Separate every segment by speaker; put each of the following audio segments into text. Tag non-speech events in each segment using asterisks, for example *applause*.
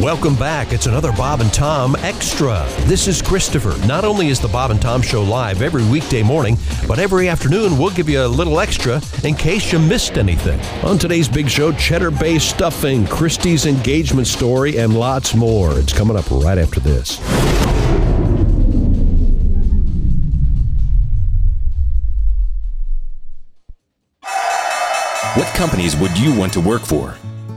Speaker 1: Welcome back. It's another Bob and Tom Extra. This is Christopher. Not only is the Bob and Tom Show live every weekday morning, but every afternoon we'll give you a little extra in case you missed anything. On today's big show, Cheddar Bay stuffing, Christie's engagement story, and lots more. It's coming up right after this.
Speaker 2: What companies would you want to work for?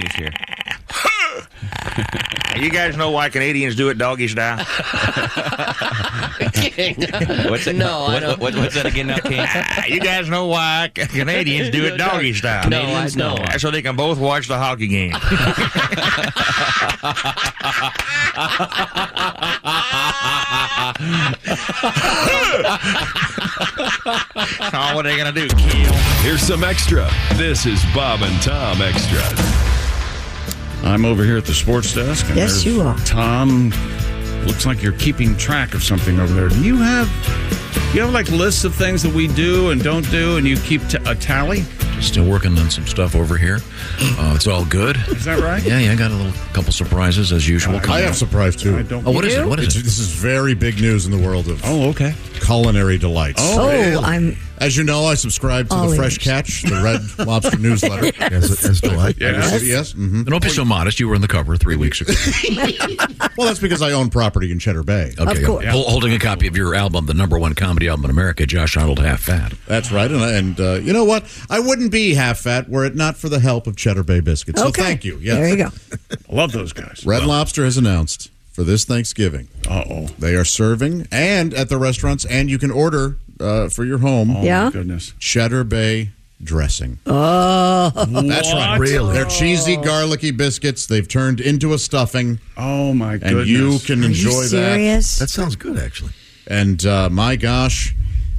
Speaker 3: He's here. you guys know why Canadians do it
Speaker 4: *laughs*
Speaker 3: doggy style?
Speaker 5: What's that?
Speaker 4: No, I
Speaker 5: what,
Speaker 4: don't.
Speaker 5: what- what's that again now, King?
Speaker 3: you guys know why C- Canadians do it doggy style?
Speaker 4: No, I know.
Speaker 3: That's so they can both watch the hockey game. *laughs* oh, what are they going to do? Kill?
Speaker 6: Here's some extra. This is Bob and Tom Extra.
Speaker 7: I'm over here at the sports desk. and
Speaker 8: Yes,
Speaker 7: there's
Speaker 8: you are.
Speaker 7: Tom, looks like you're keeping track of something over there. Do you have you have like lists of things that we do and don't do, and you keep t- a tally?
Speaker 9: Still working on some stuff over here. Uh, it's all good.
Speaker 7: Is that right?
Speaker 9: Yeah, yeah, I got a little couple surprises as usual.
Speaker 10: I have surprise too.
Speaker 7: I don't.
Speaker 9: Oh, what is it? What
Speaker 10: It's-
Speaker 9: is it?
Speaker 10: This is very big news in the world of
Speaker 7: Oh, okay.
Speaker 10: culinary delights.
Speaker 7: Oh.
Speaker 8: Oh, I'm
Speaker 10: As you know, I subscribe to
Speaker 8: All
Speaker 10: the Fresh
Speaker 8: ears.
Speaker 10: Catch, the Red
Speaker 9: *laughs*
Speaker 10: Lobster newsletter.
Speaker 9: As, as do I.
Speaker 10: Yes. hmm
Speaker 9: Don't be so modest. You were in the cover three weeks ago.
Speaker 10: Well, that's because I own property in Cheddar Bay.
Speaker 9: Okay,
Speaker 8: course.
Speaker 9: hol- holding a copy of your album, the number one comedy album in America, Josh Arnold, Half Fat.
Speaker 10: That's right. And, and uh, you know what? I wouldn't be half fat were it not for the help of Cheddar Bay Biscuits. So
Speaker 8: okay.
Speaker 10: thank you. Yes.
Speaker 8: There you go.
Speaker 7: I love those guys.
Speaker 10: Red Lobster has announced for this Thanksgiving,
Speaker 7: Uh oh.
Speaker 10: they are serving and at the restaurants, and you can order uh, for your home
Speaker 8: Yeah.
Speaker 7: Oh, My goodness.
Speaker 10: Cheddar Bay dressing. That's right.
Speaker 9: Oh. Really?
Speaker 10: They're cheesy, garlicky biscuits. They've turned into a stuffing,
Speaker 7: Oh my
Speaker 10: and
Speaker 7: goodness.
Speaker 10: you can enjoy
Speaker 8: you
Speaker 10: that.
Speaker 8: serious?
Speaker 9: That sounds good, actually.
Speaker 10: And uh, my gosh,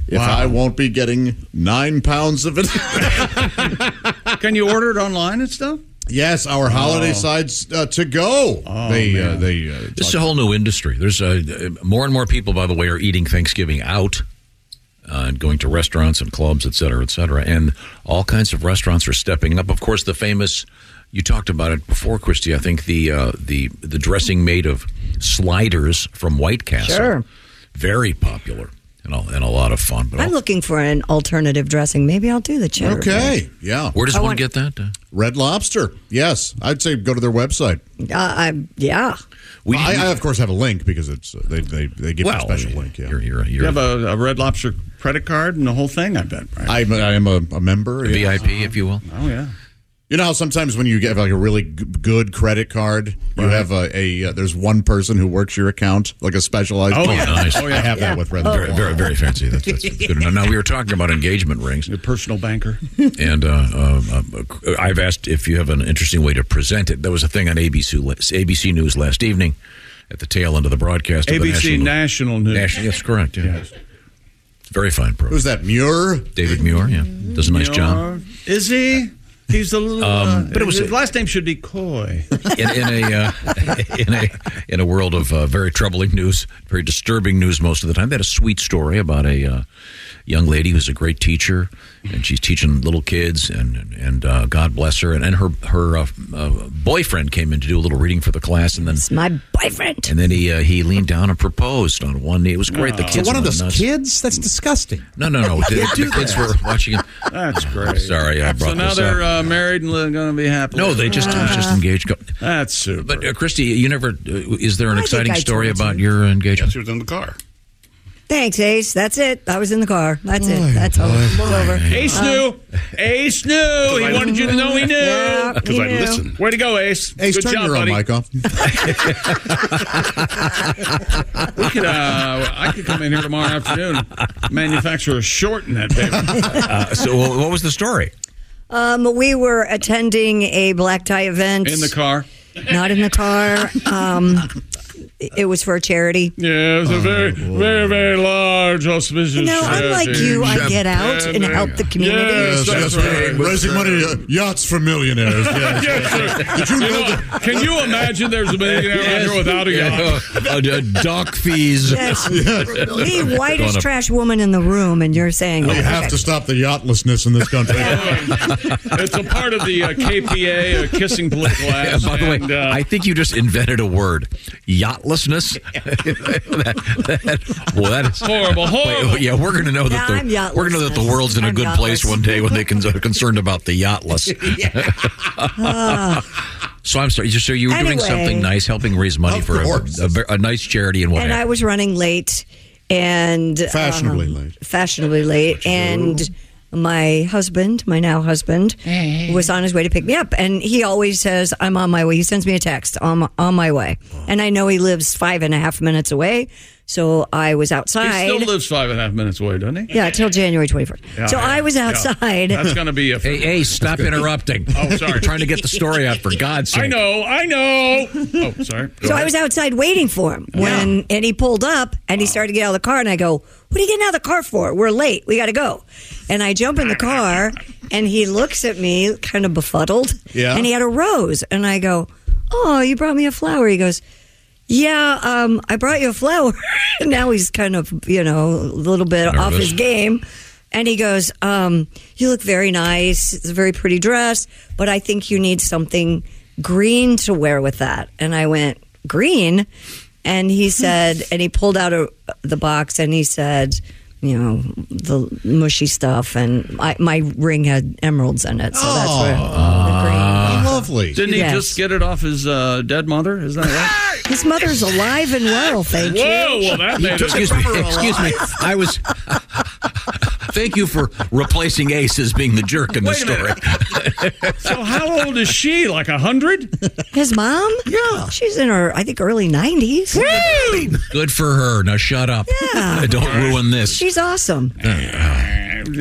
Speaker 10: if I won't be getting nine
Speaker 9: *laughs*
Speaker 10: pounds of it.
Speaker 7: can you order it online and stuff?
Speaker 10: yes, our holiday sides uh, to go. they, uh, they, uh,
Speaker 9: Oh, This is a whole new industry. There's uh, more and more people, by the way, are eating Thanksgiving out uh, and going to restaurants and clubs, et cetera, et cetera. And all kinds of restaurants are stepping up. Of course, the famous you talked about it before, Christy. I think the uh, the the dressing made of sliders from White Castle,
Speaker 8: Sure.
Speaker 9: very popular and a, and a lot of fun. But
Speaker 8: I'm looking for an alternative dressing. Maybe I'll do the cheddar.
Speaker 10: okay, yeah.
Speaker 9: where does
Speaker 8: I
Speaker 9: one
Speaker 8: want-
Speaker 9: get that? Uh,
Speaker 10: Red Lobster. Yes, I'd say go to their website.
Speaker 8: Uh, I yeah.
Speaker 9: we
Speaker 10: I,
Speaker 9: didn't-
Speaker 10: I of course have a link because it's uh, they they they give you a
Speaker 9: well,
Speaker 10: special link. Yeah.
Speaker 9: You're, you're,
Speaker 7: You
Speaker 9: you're
Speaker 7: have a, a Red Lobster credit card and the whole thing. I bet. Right?
Speaker 10: I'm I am a, a member. yeah.
Speaker 9: VIP, if you will.
Speaker 7: oh yeah.
Speaker 10: You know how sometimes when you get like a really g- good credit card, you have a, a uh, there's one person who works your account, like a specialized.
Speaker 9: Oh, yeah. Nice.
Speaker 10: I have that with
Speaker 8: Oh,
Speaker 10: Red.
Speaker 9: Very, very, very fancy. That's, that's good enough. Now we were talking about engagement rings. Your
Speaker 7: personal banker.
Speaker 9: And uh, uh, uh, I've asked if you have an interesting way to present it. There was a thing on ABC la- ABC News last evening, at the tail end of the broadcast. Of
Speaker 7: ABC
Speaker 9: the national,
Speaker 7: National News.
Speaker 9: National- yes, correct. Yeah.
Speaker 7: Yes.
Speaker 9: Very fine program.
Speaker 10: Who's that? Muir.
Speaker 9: David Muir. Yeah, does a nice job.
Speaker 7: Is he? He's a little.
Speaker 9: Um,
Speaker 7: uh,
Speaker 9: but it was-
Speaker 7: his last name should be Coy.
Speaker 9: in, in a uh, *laughs* in a in a world of uh, very troubling news, very disturbing news most of the time. They had a sweet story about a uh, young lady who's a great teacher, and she's teaching little kids, and and uh, God bless her. And, and her her uh, uh, boyfriend came in to do a little reading for the class, and then
Speaker 8: It's my boyfriend.
Speaker 9: and then he uh, he leaned down and proposed on one knee. It was great. The
Speaker 10: Oh.
Speaker 9: kids
Speaker 10: So one of
Speaker 9: went
Speaker 10: those
Speaker 9: nuts.
Speaker 10: kids? That's disgusting.
Speaker 9: No, no,
Speaker 10: *laughs*
Speaker 9: no. The,
Speaker 10: You
Speaker 9: the
Speaker 10: do
Speaker 9: kids
Speaker 10: that.
Speaker 9: were watching it. *laughs*
Speaker 7: That's great.
Speaker 9: Sorry, I brought
Speaker 7: so now
Speaker 9: this
Speaker 7: they're
Speaker 9: up.
Speaker 7: uh, married and going to be happy.
Speaker 9: No, they just *laughs* it was
Speaker 10: Ah.
Speaker 9: just engaged. Go-
Speaker 7: That's super.
Speaker 9: But uh, Christy, you never. Uh, is there an
Speaker 8: I think
Speaker 9: exciting
Speaker 8: I
Speaker 9: story
Speaker 8: told you.
Speaker 9: about your engagement?
Speaker 4: She was in the car.
Speaker 8: Thanks, Ace. That's it. I was in the car. That's it. That's all. All over.
Speaker 7: Ace
Speaker 8: Uh,
Speaker 7: knew. Ace knew.
Speaker 9: *laughs*
Speaker 7: He wanted you to know he knew.
Speaker 8: Yeah, he
Speaker 4: 'Cause I knew. listened.
Speaker 7: Way to go, Ace.
Speaker 10: Ace,
Speaker 7: Good
Speaker 10: turn
Speaker 7: job,
Speaker 10: your own
Speaker 7: buddy.
Speaker 10: mic off.
Speaker 7: We could, uh, I could come in here tomorrow afternoon, manufacture a short in that baby.
Speaker 9: Uh, so, wh- what was the story?
Speaker 8: Um, we were attending a black tie event
Speaker 7: In the car.
Speaker 8: Not in the car. Um, it was for a charity.
Speaker 7: Yeah, it was
Speaker 10: Oh,
Speaker 7: a very, very, very large auspicious.
Speaker 8: You know, unlike you, I get out and help the community.
Speaker 7: Yes, that's right.
Speaker 10: Raising money, uh, yachts for millionaires. Yes. Did you
Speaker 7: You
Speaker 10: know
Speaker 7: know,
Speaker 10: that?
Speaker 7: can you imagine there's a millionaire out here without a yacht?
Speaker 9: dock Uh, fees.
Speaker 8: Yes. The whitest
Speaker 9: Gonna-
Speaker 8: trash woman in the room, and you're saying
Speaker 10: We
Speaker 8: that.
Speaker 10: have to stop the yachtlessness in this country.
Speaker 7: It's a part of the uh, KPA, uh, kissing *laughs* political
Speaker 9: Yeah,
Speaker 7: ass.
Speaker 9: by the way,
Speaker 7: and, uh,
Speaker 9: I think you just invented a word, yachtlessness. *laughs* that, that- well, that is
Speaker 7: *laughs*
Speaker 9: oh,
Speaker 7: Horrible, horrible.
Speaker 9: yeah, we're going to know that
Speaker 8: Yeah, I'm
Speaker 9: the we're going to know that the world's in a
Speaker 8: I'm
Speaker 9: good place
Speaker 8: yachtless.
Speaker 9: one day when they can, are concerned about the yachtless. *laughs* so I'm sorry. So you were doing
Speaker 8: Anyway.
Speaker 9: something nice, helping raise money
Speaker 10: Of
Speaker 9: for a,
Speaker 10: course.
Speaker 9: a, ver- a nice charity and what?
Speaker 8: and I was running late and
Speaker 10: Fashionably
Speaker 8: um,
Speaker 10: late.
Speaker 8: Fashionably late. And my husband, my now husband, was on his way to pick me up. And he always says, I'm on my way. He sends me a text, I'm on my way. And I know he lives five and a half minutes away. So I was
Speaker 7: he
Speaker 8: outside.
Speaker 7: still lives five and a half minutes away, doesn't he?
Speaker 8: yeah, till January 21st. so I was
Speaker 7: yeah.
Speaker 8: outside.
Speaker 7: That's going to be a.
Speaker 9: Hey, hey, stop interrupting.
Speaker 7: Oh, sorry.
Speaker 9: We're *laughs* trying to get the story out for God's sake.
Speaker 7: I know, I know.
Speaker 8: *laughs*
Speaker 7: Oh, sorry. Go
Speaker 8: So I
Speaker 7: ahead.
Speaker 8: was outside waiting for him when, and he pulled up and he started to get out of the car. And I go, What are you getting out of the car for? We're late. We got to go. And I jump in the car and he looks at me kind of befuddled.
Speaker 10: Yeah.
Speaker 8: And he had a rose. And I go, Oh, you brought me a flower. He goes, Yeah, um, I brought you a flower. *laughs* and now he's kind of, you know, a little bit off
Speaker 9: Nervous.
Speaker 8: his game. And he goes, um, You look very nice. It's a very pretty dress, but I think you need something green to wear with that. And I went, Green? And he said, and he pulled out a, the box and he said, you know the mushy stuff, and I, my ring had emeralds in it, so that's where the green.
Speaker 10: Lovely.
Speaker 7: Didn't
Speaker 8: Yes.
Speaker 7: he just get it off his uh, dead mother? Is that right?
Speaker 8: His mother's alive and well, thank you.
Speaker 7: *laughs* Whoa! Well, that made it.
Speaker 9: Excuse me. *laughs* Excuse me. I was. *laughs* Thank you for replacing Ace as being the jerk in the
Speaker 7: Wait a
Speaker 9: story.
Speaker 7: minute. So how old is she? Like a *laughs* hundred?
Speaker 8: His mom? Yeah, she's in her, I think, early nineties.
Speaker 9: *laughs* Good for her. Now shut up.
Speaker 8: Yeah.
Speaker 9: Don't ruin this.
Speaker 8: She's awesome.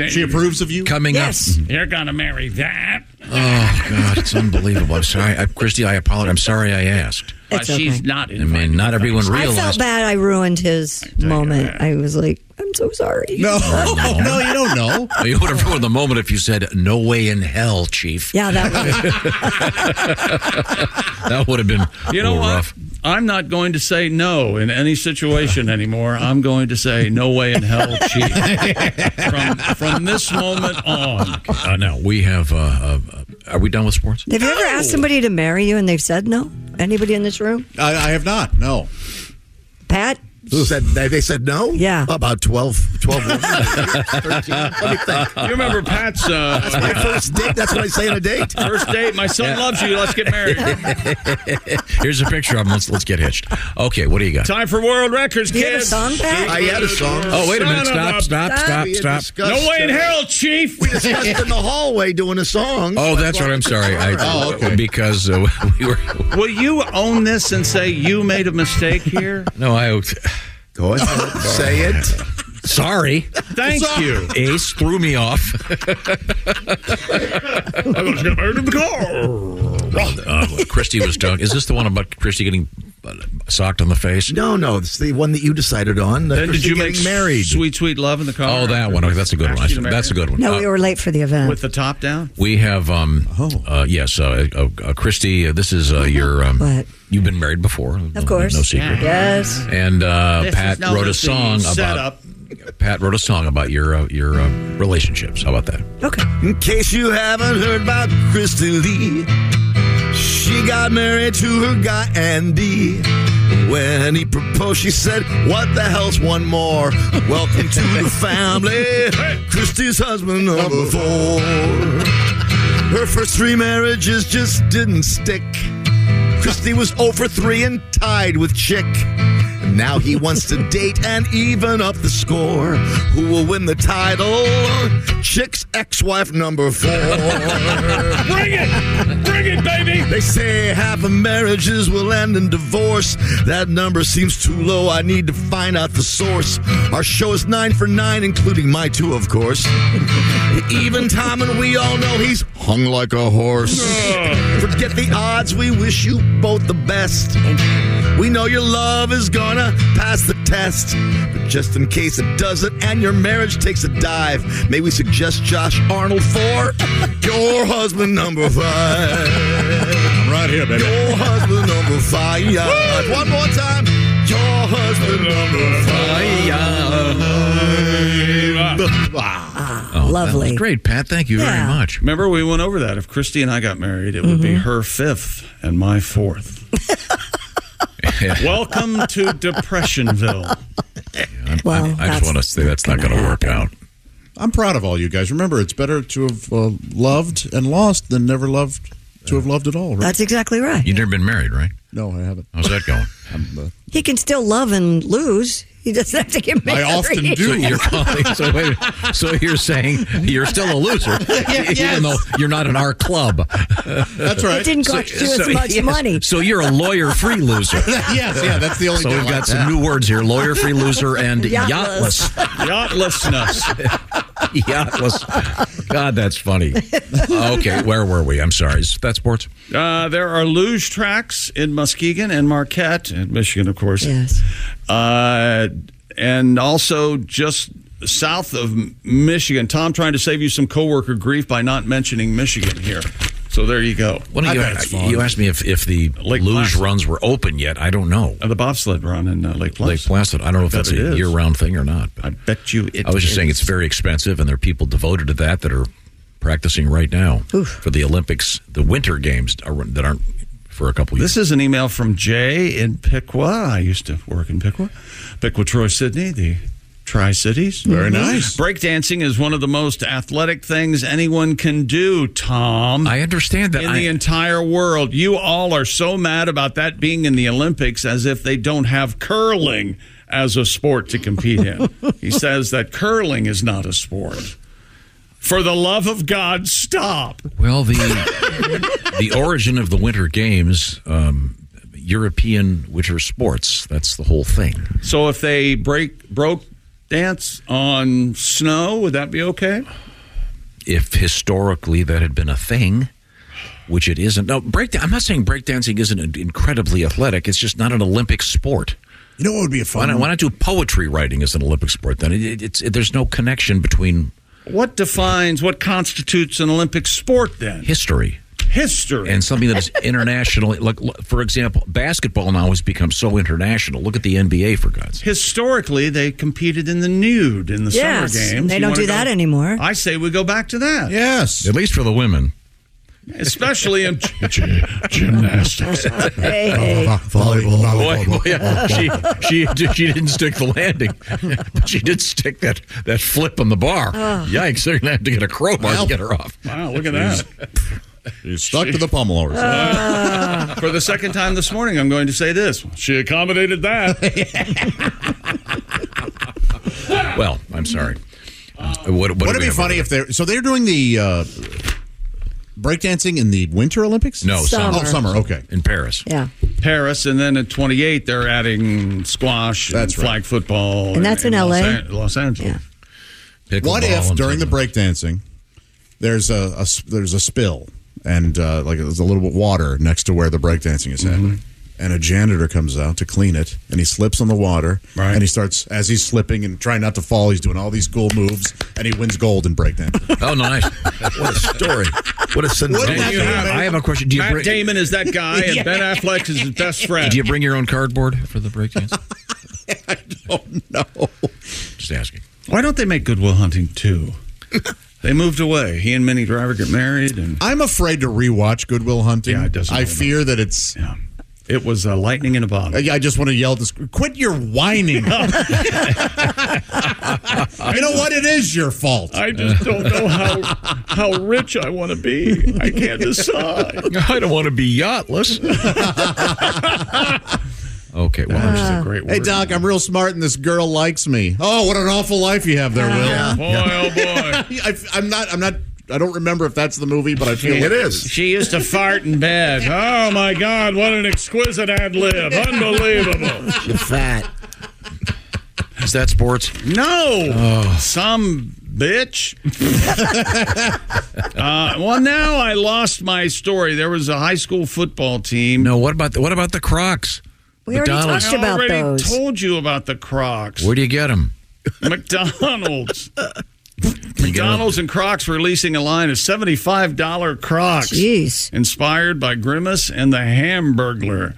Speaker 10: She approves of you.
Speaker 9: Coming
Speaker 8: Yes.
Speaker 9: up.
Speaker 7: You're gonna marry that?
Speaker 9: Oh God, it's unbelievable. I'm sorry, I, Christy. I apologize. I'm sorry I asked.
Speaker 8: It's
Speaker 7: Uh,
Speaker 8: okay.
Speaker 7: She's not.
Speaker 9: I mean, not everyone
Speaker 8: I felt
Speaker 9: realized.
Speaker 8: bad I ruined his moment. I was like, I'm so sorry.
Speaker 10: No, *laughs* no, you don't know.
Speaker 9: You would have ruined the moment if you said, "No way in hell, Chief."
Speaker 8: Yeah, that was
Speaker 9: That would have been
Speaker 7: You know
Speaker 9: real
Speaker 7: what?
Speaker 9: rough.
Speaker 7: I'm not going to say no in any
Speaker 9: *laughs*
Speaker 7: situation anymore. I'm going to say no way in hell, chief. from, from this moment on.
Speaker 9: Uh, now we have. Uh, uh, uh, are we done with sports? *laughs*
Speaker 8: Have you ever asked somebody to marry you and they've said no? Anybody in this room?
Speaker 10: I, I have not. No.
Speaker 8: Pat,
Speaker 10: said they, they said no.
Speaker 8: Yeah,
Speaker 10: about 12, 12
Speaker 9: *laughs*
Speaker 10: women. 13. Let me think.
Speaker 7: You remember Pat's? Uh,
Speaker 10: That's my first date. That's what I say on a date.
Speaker 7: First date. My son loves you. Let's get married.
Speaker 9: Here's a picture of him. Let's let's get hitched. Okay, what do you got?
Speaker 7: Time for world records,
Speaker 8: Do you have a
Speaker 7: kids.
Speaker 8: song, Pat?
Speaker 10: I had a song.
Speaker 9: Oh, wait a minute.
Speaker 7: Son of
Speaker 9: Stop,
Speaker 7: a-
Speaker 9: stop, stop,
Speaker 10: We had
Speaker 9: stop.
Speaker 10: discussed,
Speaker 7: No way in
Speaker 10: uh,
Speaker 7: hell, Chief.
Speaker 10: We discussed in the hallway doing a song.
Speaker 9: Oh, that's right. I'm sorry. I,
Speaker 10: Oh, okay.
Speaker 9: Because uh, *laughs* we were.
Speaker 7: Will you own this and say you made a mistake
Speaker 9: *laughs*
Speaker 7: here?
Speaker 9: No, I.
Speaker 10: Go ahead, say it.
Speaker 7: *laughs*
Speaker 9: Sorry.
Speaker 7: Thank you.
Speaker 9: Ace threw me off.
Speaker 7: I was gonna murder the car.
Speaker 9: Uh, Christy was talking. Is this the one about Christy getting uh, socked on the face?
Speaker 10: No, no, it's the one that you decided on.
Speaker 7: Then did you
Speaker 10: Getting
Speaker 7: make
Speaker 10: married?
Speaker 7: Sweet, sweet love in the car.
Speaker 9: Oh, that one. Okay, that's a good one. I should- That's a good one.
Speaker 8: No,
Speaker 9: Uh,
Speaker 8: we were late for the event.
Speaker 7: With the top down.
Speaker 9: we have. Um, uh, yes, uh, uh, uh, Christy. Uh, this is uh, your. Um,
Speaker 8: What?
Speaker 9: You've been married before.
Speaker 8: Of course.
Speaker 9: No secret.
Speaker 8: Yes.
Speaker 9: And uh,
Speaker 7: This
Speaker 9: Pat
Speaker 7: is now
Speaker 9: wrote a
Speaker 7: the
Speaker 9: song about.
Speaker 7: setup.
Speaker 9: Pat wrote a song about your uh, your uh, relationships. How about that?
Speaker 8: Okay.
Speaker 9: Oh,
Speaker 10: In case you haven't heard about Christy Lee, she got married to her guy Andy. When he proposed, she said, What the hell's one more? Welcome to the family. Christy's husband number four. Her first three marriages just didn't stick. Christy was 0 for 3 and tied with Chick. Now he wants to date and even up the score. Who will win the title? Chick's ex wife number four.
Speaker 7: Bring it, bring it, baby.
Speaker 10: they say half of marriages will end in divorce. That number seems too low. I need to find out the source. Our show is nine for nine, including my two, of course. Even Tom and we all know he's hung like a horse. Forget the odds, we wish you both the best. We know your love is gonna pass the test. But just in case it doesn't and your marriage takes a dive, may we suggest Josh
Speaker 11: *laughs*
Speaker 10: Arnold for your husband number five.
Speaker 11: I'm right here, baby.
Speaker 10: Your husband number five. One more time. Your husband number five. Ah.
Speaker 8: Ah, lovely.
Speaker 9: Oh, Great, Pat. Thank you very
Speaker 8: Yeah.
Speaker 9: much.
Speaker 7: Remember, we went over that. If Christy and I got married, it would be
Speaker 9: Mm-hmm.
Speaker 7: her fifth and
Speaker 9: *laughs*
Speaker 7: my fourth. Welcome to Depressionville.
Speaker 8: Well,
Speaker 9: I
Speaker 8: that's
Speaker 9: just want to say that's not going to work out.
Speaker 11: I'm proud of all you guys. Remember, it's better to have uh, loved and lost than never loved to have loved at all. Right?
Speaker 8: That's exactly right.
Speaker 9: You've never been married, right?
Speaker 11: no, I haven't.
Speaker 9: How's that going?
Speaker 11: I'm, uh,
Speaker 8: He can still love and lose. He doesn't have to get married.
Speaker 11: often
Speaker 9: *laughs*
Speaker 11: do.
Speaker 9: So you're calling, so, wait, so you're saying you're still a loser, even though you're not in our club.
Speaker 11: that's
Speaker 8: It
Speaker 11: right.
Speaker 8: didn't cost you as much
Speaker 9: yes,
Speaker 8: money.
Speaker 9: So you're a lawyer-free loser.
Speaker 11: yes, yeah, that's the only.
Speaker 9: So
Speaker 11: thing
Speaker 9: we've
Speaker 11: like
Speaker 9: got some
Speaker 11: that.
Speaker 9: new words here: lawyer-free loser and
Speaker 8: Yachtless.
Speaker 9: yachtless.
Speaker 7: Yachtlessness.
Speaker 9: *laughs* Yachtless. God, that's funny. Okay, where were we? I'm sorry. Is that sports?
Speaker 7: Uh, there are luge tracks in Muskegon and Marquette, in Michigan, of course.
Speaker 8: Yes.
Speaker 7: Uh, and also just south of M- Michigan. Tom trying to save you some coworker grief by not mentioning Michigan here. So there you go.
Speaker 9: What do
Speaker 7: I
Speaker 9: you,
Speaker 7: bet it's fun.
Speaker 9: you asked me if, if the
Speaker 7: Lake
Speaker 9: luge
Speaker 7: Placid.
Speaker 9: runs were open yet. I don't know.
Speaker 7: Uh, the bobsled run in uh, Lake Placid.
Speaker 9: Lake Placid. I don't know if
Speaker 7: bet
Speaker 9: that's
Speaker 7: it
Speaker 9: a
Speaker 7: is.
Speaker 9: year-round thing or not. but-
Speaker 7: I bet you it
Speaker 9: I was just saying it's
Speaker 7: is.
Speaker 9: very expensive, and there are people devoted to that that are practicing right now for the Olympics, the Winter Games are, that aren't for a couple years.
Speaker 7: This is an email from Jay in Piqua. I used to work in Piqua. Piqua, Troy, Sydney, the Tri Cities. Very
Speaker 9: Mm-hmm.
Speaker 7: nice. Breakdancing is one of the most athletic things anyone can do, Tom.
Speaker 9: I understand that.
Speaker 7: in
Speaker 9: I,
Speaker 7: the entire world. You all are so mad about that being in the Olympics as if they don't have curling as a sport to compete in. he says that curling is not a sport. For the love of God, stop.
Speaker 9: well, the *laughs* the origin of the Winter Games, um, European winter sports. That's the whole thing.
Speaker 7: So if they break broke dance on snow, would that be okay?
Speaker 9: If historically that had been a thing. Which it isn't. No, breakdown. I'm not saying breakdancing isn't incredibly athletic. It's just not an Olympic sport.
Speaker 11: You know what would be a
Speaker 9: Why
Speaker 11: fun?
Speaker 9: not, why not do poetry writing as an Olympic sport then? It, it, it's, there's no connection between
Speaker 7: What defines what constitutes an Olympic sport then?
Speaker 9: history
Speaker 7: History.
Speaker 9: and something that
Speaker 10: *laughs*
Speaker 9: is international. Like, look, for example, basketball now has become so international. Look at the NBA, for God's sake.
Speaker 7: Historically, they competed in the nude in the
Speaker 8: Yes,
Speaker 7: summer games.
Speaker 8: they
Speaker 7: You
Speaker 8: don't
Speaker 7: *laughs* wanna
Speaker 8: do that anymore.
Speaker 7: I say we go back to that.
Speaker 11: Yes.
Speaker 9: At least for the women.
Speaker 7: especially
Speaker 8: *laughs*
Speaker 7: in gymnastics.
Speaker 10: Oh.
Speaker 9: Boy, boy, yeah. she, she, she didn't stick the landing, *laughs* but she did stick that, that flip on the bar.
Speaker 7: Oh.
Speaker 9: Yikes, they're going to have to get a crowbar
Speaker 7: Wow.
Speaker 9: to get her off.
Speaker 7: Wow, look at that.
Speaker 10: She's stuck to the pommel horse.
Speaker 7: For the second time this morning, I'm going to say this. She
Speaker 8: *laughs*
Speaker 7: accommodated that.
Speaker 9: Well, I'm sorry. Uh, What,
Speaker 10: Would it be funny if they're so they're doing the uh, breakdancing in the Winter Olympics?
Speaker 7: No, summer.
Speaker 10: Oh, summer. Okay,
Speaker 9: in Paris.
Speaker 8: Yeah.
Speaker 7: Paris, and then at 28, they're adding squash and flag football.
Speaker 8: And that's in
Speaker 7: Los
Speaker 8: LA?
Speaker 7: An- Los Angeles.
Speaker 10: what if during the breakdancing there's a, a s- there's a spill and uh, like there's a little bit of water next to where the breakdancing is happening. And a janitor comes out to clean it, and he slips on the water. Right. And he starts as he's slipping and trying not to fall. He's doing all these cool moves, and he wins gold in breakdancing.
Speaker 9: Oh, nice!
Speaker 10: *laughs* what a story!
Speaker 9: What a
Speaker 10: Wouldn't that be amazing?
Speaker 9: I have a question. Do you
Speaker 7: Matt
Speaker 9: bring-
Speaker 7: Damon is that guy,
Speaker 9: *laughs*
Speaker 7: and Ben Affleck is his best friend.
Speaker 9: Do you bring your own cardboard for the breakdance?
Speaker 10: No.
Speaker 9: Just asking.
Speaker 7: Why don't they make Goodwill Hunting too? they moved away. He and Minnie Driver get married, and
Speaker 10: I'm afraid to rewatch Goodwill Hunting.
Speaker 7: Yeah, it doesn't.
Speaker 10: I fear that it's.
Speaker 7: It was a lightning in a bottle.
Speaker 10: I, I just want to yell this. Quit
Speaker 7: *laughs*
Speaker 10: your whining. you know what? It is your
Speaker 7: *laughs*
Speaker 10: fault.
Speaker 7: I just don't know how how rich I want to be. I can't decide.
Speaker 9: *laughs* I don't want to be yachtless. okay, well,
Speaker 7: Which is a great
Speaker 10: Hey,
Speaker 7: word.
Speaker 10: Doc, I'm real smart and this girl likes me. Oh, what an awful life you have there, Will.
Speaker 7: Boy, *laughs* oh
Speaker 10: boy. I, I'm not. I'm not. I don't remember if that's the movie, but I feel like
Speaker 7: She used to fart in bed. Oh my God! What an exquisite ad lib! Unbelievable.
Speaker 9: You're fat. Is that sports?
Speaker 7: No, some bitch. uh, well, now I lost my story. There was a high school football team.
Speaker 9: No, what about the, what about the Crocs?
Speaker 8: We already McDonald's. talked about
Speaker 7: I already
Speaker 8: those.
Speaker 7: told you about the Crocs.
Speaker 9: Where do you get them?
Speaker 7: McDonald's. McDonald's and Crocs releasing a line of $75 Crocs. Jeez. Inspired by Grimace and the Hamburglar.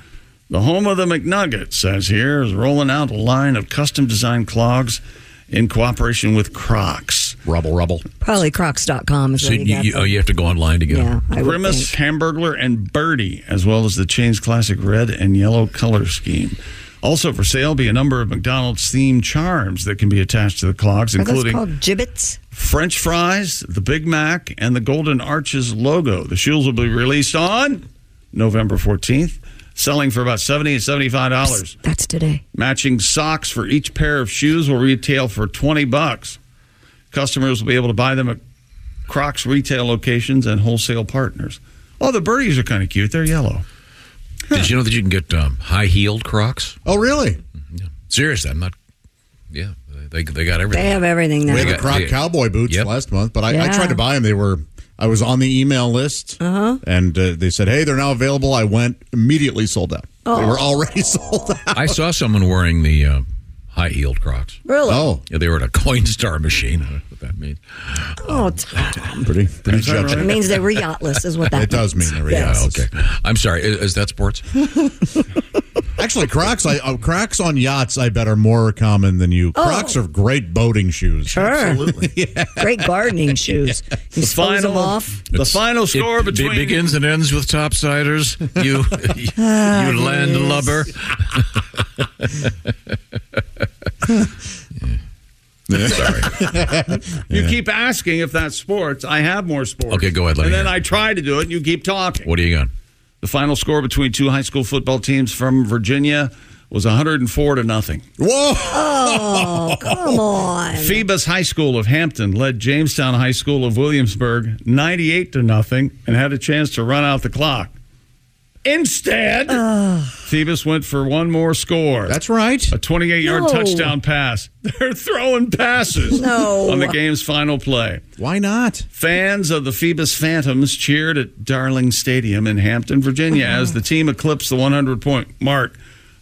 Speaker 7: The home of the McNugget, says here, is rolling out a line of custom designed clogs in cooperation with Crocs.
Speaker 10: Rubble, rubble.
Speaker 8: Probably crocs.com is
Speaker 9: So
Speaker 8: where you,
Speaker 9: you,
Speaker 8: get
Speaker 9: you,
Speaker 8: them.
Speaker 9: oh, you have to go online to get
Speaker 8: Yeah,
Speaker 9: them.
Speaker 8: I would
Speaker 7: Grimace, Hamburglar, and Birdie, as well as the chain's classic red and yellow color scheme. Also for sale be a number of McDonald's themed charms that can be attached to the clogs,
Speaker 8: Are those
Speaker 7: including
Speaker 8: called gibbets?
Speaker 7: French fries, the Big Mac, and the Golden Arches logo. The shoes will be released on November 14th, selling for about 70 and $75.
Speaker 8: That's today.
Speaker 7: Matching socks for each pair of shoes will retail for 20 bucks. Customers will be able to buy them at Crocs retail locations and wholesale partners. Oh, the birdies are kind of cute. They're yellow.
Speaker 9: Did you know that you can get um, high heeled Crocs?
Speaker 10: Oh, really?
Speaker 9: Seriously, I'm not. Yeah, they, they got everything.
Speaker 8: They have everything now.
Speaker 10: We had the Croc
Speaker 9: yeah.
Speaker 10: Cowboy boots last month, but I, I
Speaker 8: Yeah.
Speaker 10: tried to buy them. They were. I was on the email list, uh-huh. and uh, they said, "Hey, they're now available." I went immediately sold out. They were already *laughs* sold out.
Speaker 9: I saw someone wearing the uh, high heeled Crocs.
Speaker 8: Really?
Speaker 10: Oh,
Speaker 9: Yeah, they were at a *laughs* Coinstar machine. I don't know what that means.
Speaker 8: Oh, Tom.
Speaker 10: pretty pretty judgy.
Speaker 8: It means they were yachtless, is what that
Speaker 10: It does mean they're
Speaker 8: Yes.
Speaker 10: yachtless.
Speaker 9: Oh, Okay, I'm sorry. Is, is that sports?
Speaker 10: Actually, Crocs. I uh, Crocs on yachts. I bet are more common than you.
Speaker 8: Oh.
Speaker 10: Crocs are great boating shoes.
Speaker 8: Sure. Absolutely. *laughs* Great gardening shoes. You spose them off.
Speaker 7: the final score
Speaker 9: it,
Speaker 7: between
Speaker 9: it begins and ends with topsiders. You *laughs* you, land lubber. Yeah. Sorry.
Speaker 7: you keep asking if that's sports. I have more sports.
Speaker 9: Okay, go ahead, let
Speaker 7: And
Speaker 9: me
Speaker 7: then
Speaker 9: hear
Speaker 7: I try to do it, and you keep talking.
Speaker 9: What do you got?
Speaker 7: The final score between two high school football teams from Virginia was 104 to nothing.
Speaker 10: Whoa!
Speaker 8: Oh, come on.
Speaker 7: Phoebus High School of Hampton led Jamestown High School of Williamsburg 98 to nothing and had a chance to run out the clock. Instead, Phoebus went for one more score.
Speaker 10: That's right.
Speaker 7: a 28 yard
Speaker 8: No.
Speaker 7: touchdown pass. *laughs* They're throwing passes
Speaker 8: No.
Speaker 7: on the game's final play.
Speaker 10: Why not?
Speaker 7: Fans of the Phoebus Phantoms cheered at Darling Stadium in Hampton, Virginia, as the team eclipsed the 100 point mark.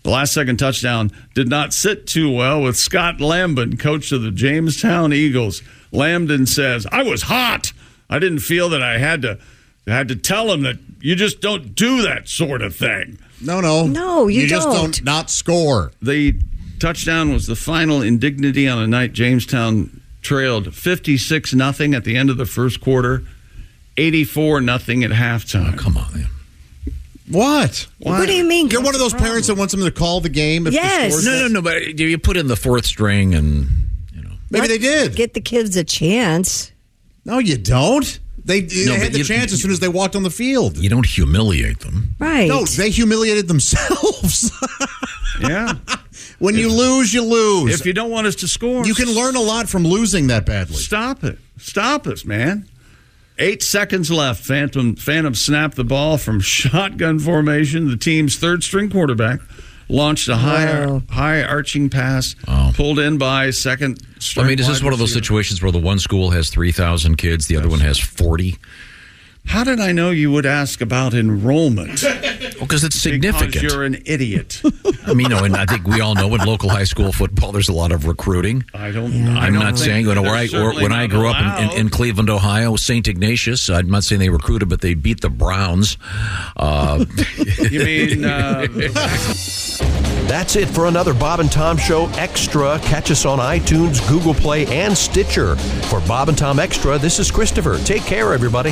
Speaker 7: The last second touchdown did not sit too well with Scott Lambden, coach of the Jamestown Eagles. Lambden says, I was hot. I didn't feel that I had to had to tell him that you just don't do that sort of thing.
Speaker 10: No, no,
Speaker 8: No, you
Speaker 10: just
Speaker 8: don't.
Speaker 10: don't not score.
Speaker 7: The touchdown was the final indignity on a night Jamestown trailed 56 nothing at the end of the first quarter 84 nothing at halftime.
Speaker 9: Oh, come on, man.
Speaker 10: What?
Speaker 8: What do you mean?
Speaker 10: You're one of those parents that wants them to call the game. If The score's
Speaker 9: No, no,
Speaker 10: not-
Speaker 9: no. But you put in the fourth string, and
Speaker 10: Maybe they did.
Speaker 8: Get the kids a chance.
Speaker 10: No, you don't. They, they
Speaker 9: No,
Speaker 10: had
Speaker 9: but
Speaker 10: the
Speaker 9: you-
Speaker 10: chance as soon as they walked on the field.
Speaker 9: you don't humiliate them.
Speaker 8: Right.
Speaker 10: No, they humiliated themselves. *laughs*
Speaker 7: yeah.
Speaker 10: When you lose, you lose.
Speaker 7: If you don't want us to score,
Speaker 10: you can learn a lot from losing that badly.
Speaker 7: Stop it. Stop us, man. Eight seconds left. Phantom Phantom snapped the ball from shotgun formation. The team's third string quarterback launched a high high arching pass pulled in by second string.
Speaker 9: I mean, is this
Speaker 7: wide
Speaker 9: one of those
Speaker 7: receiver.
Speaker 9: situations where the one school has three thousand kids, the other one has forty?
Speaker 7: How did I know you would ask about enrollment?
Speaker 9: Because it's significant.
Speaker 7: Because you're an idiot.
Speaker 9: I mean, you know, and I think we all know in local high school football, there's a lot of recruiting.
Speaker 7: *laughs* I don't. I
Speaker 9: I'm
Speaker 7: don't
Speaker 9: not
Speaker 7: think
Speaker 9: saying you know, where I
Speaker 7: they're
Speaker 9: or when
Speaker 7: certainly
Speaker 9: I
Speaker 7: not
Speaker 9: grew up in, in, in
Speaker 7: allowed.
Speaker 9: Cleveland, Ohio, St. Ignatius. I'm not saying they recruited, but they beat the Browns. Uh,
Speaker 7: you mean?
Speaker 9: *laughs*
Speaker 7: Uh,
Speaker 1: That's it for another Bob and Tom Show Extra. Catch us on iTunes, Google Play, and Stitcher. For Bob and Tom Extra, this is Christopher. Take care, everybody.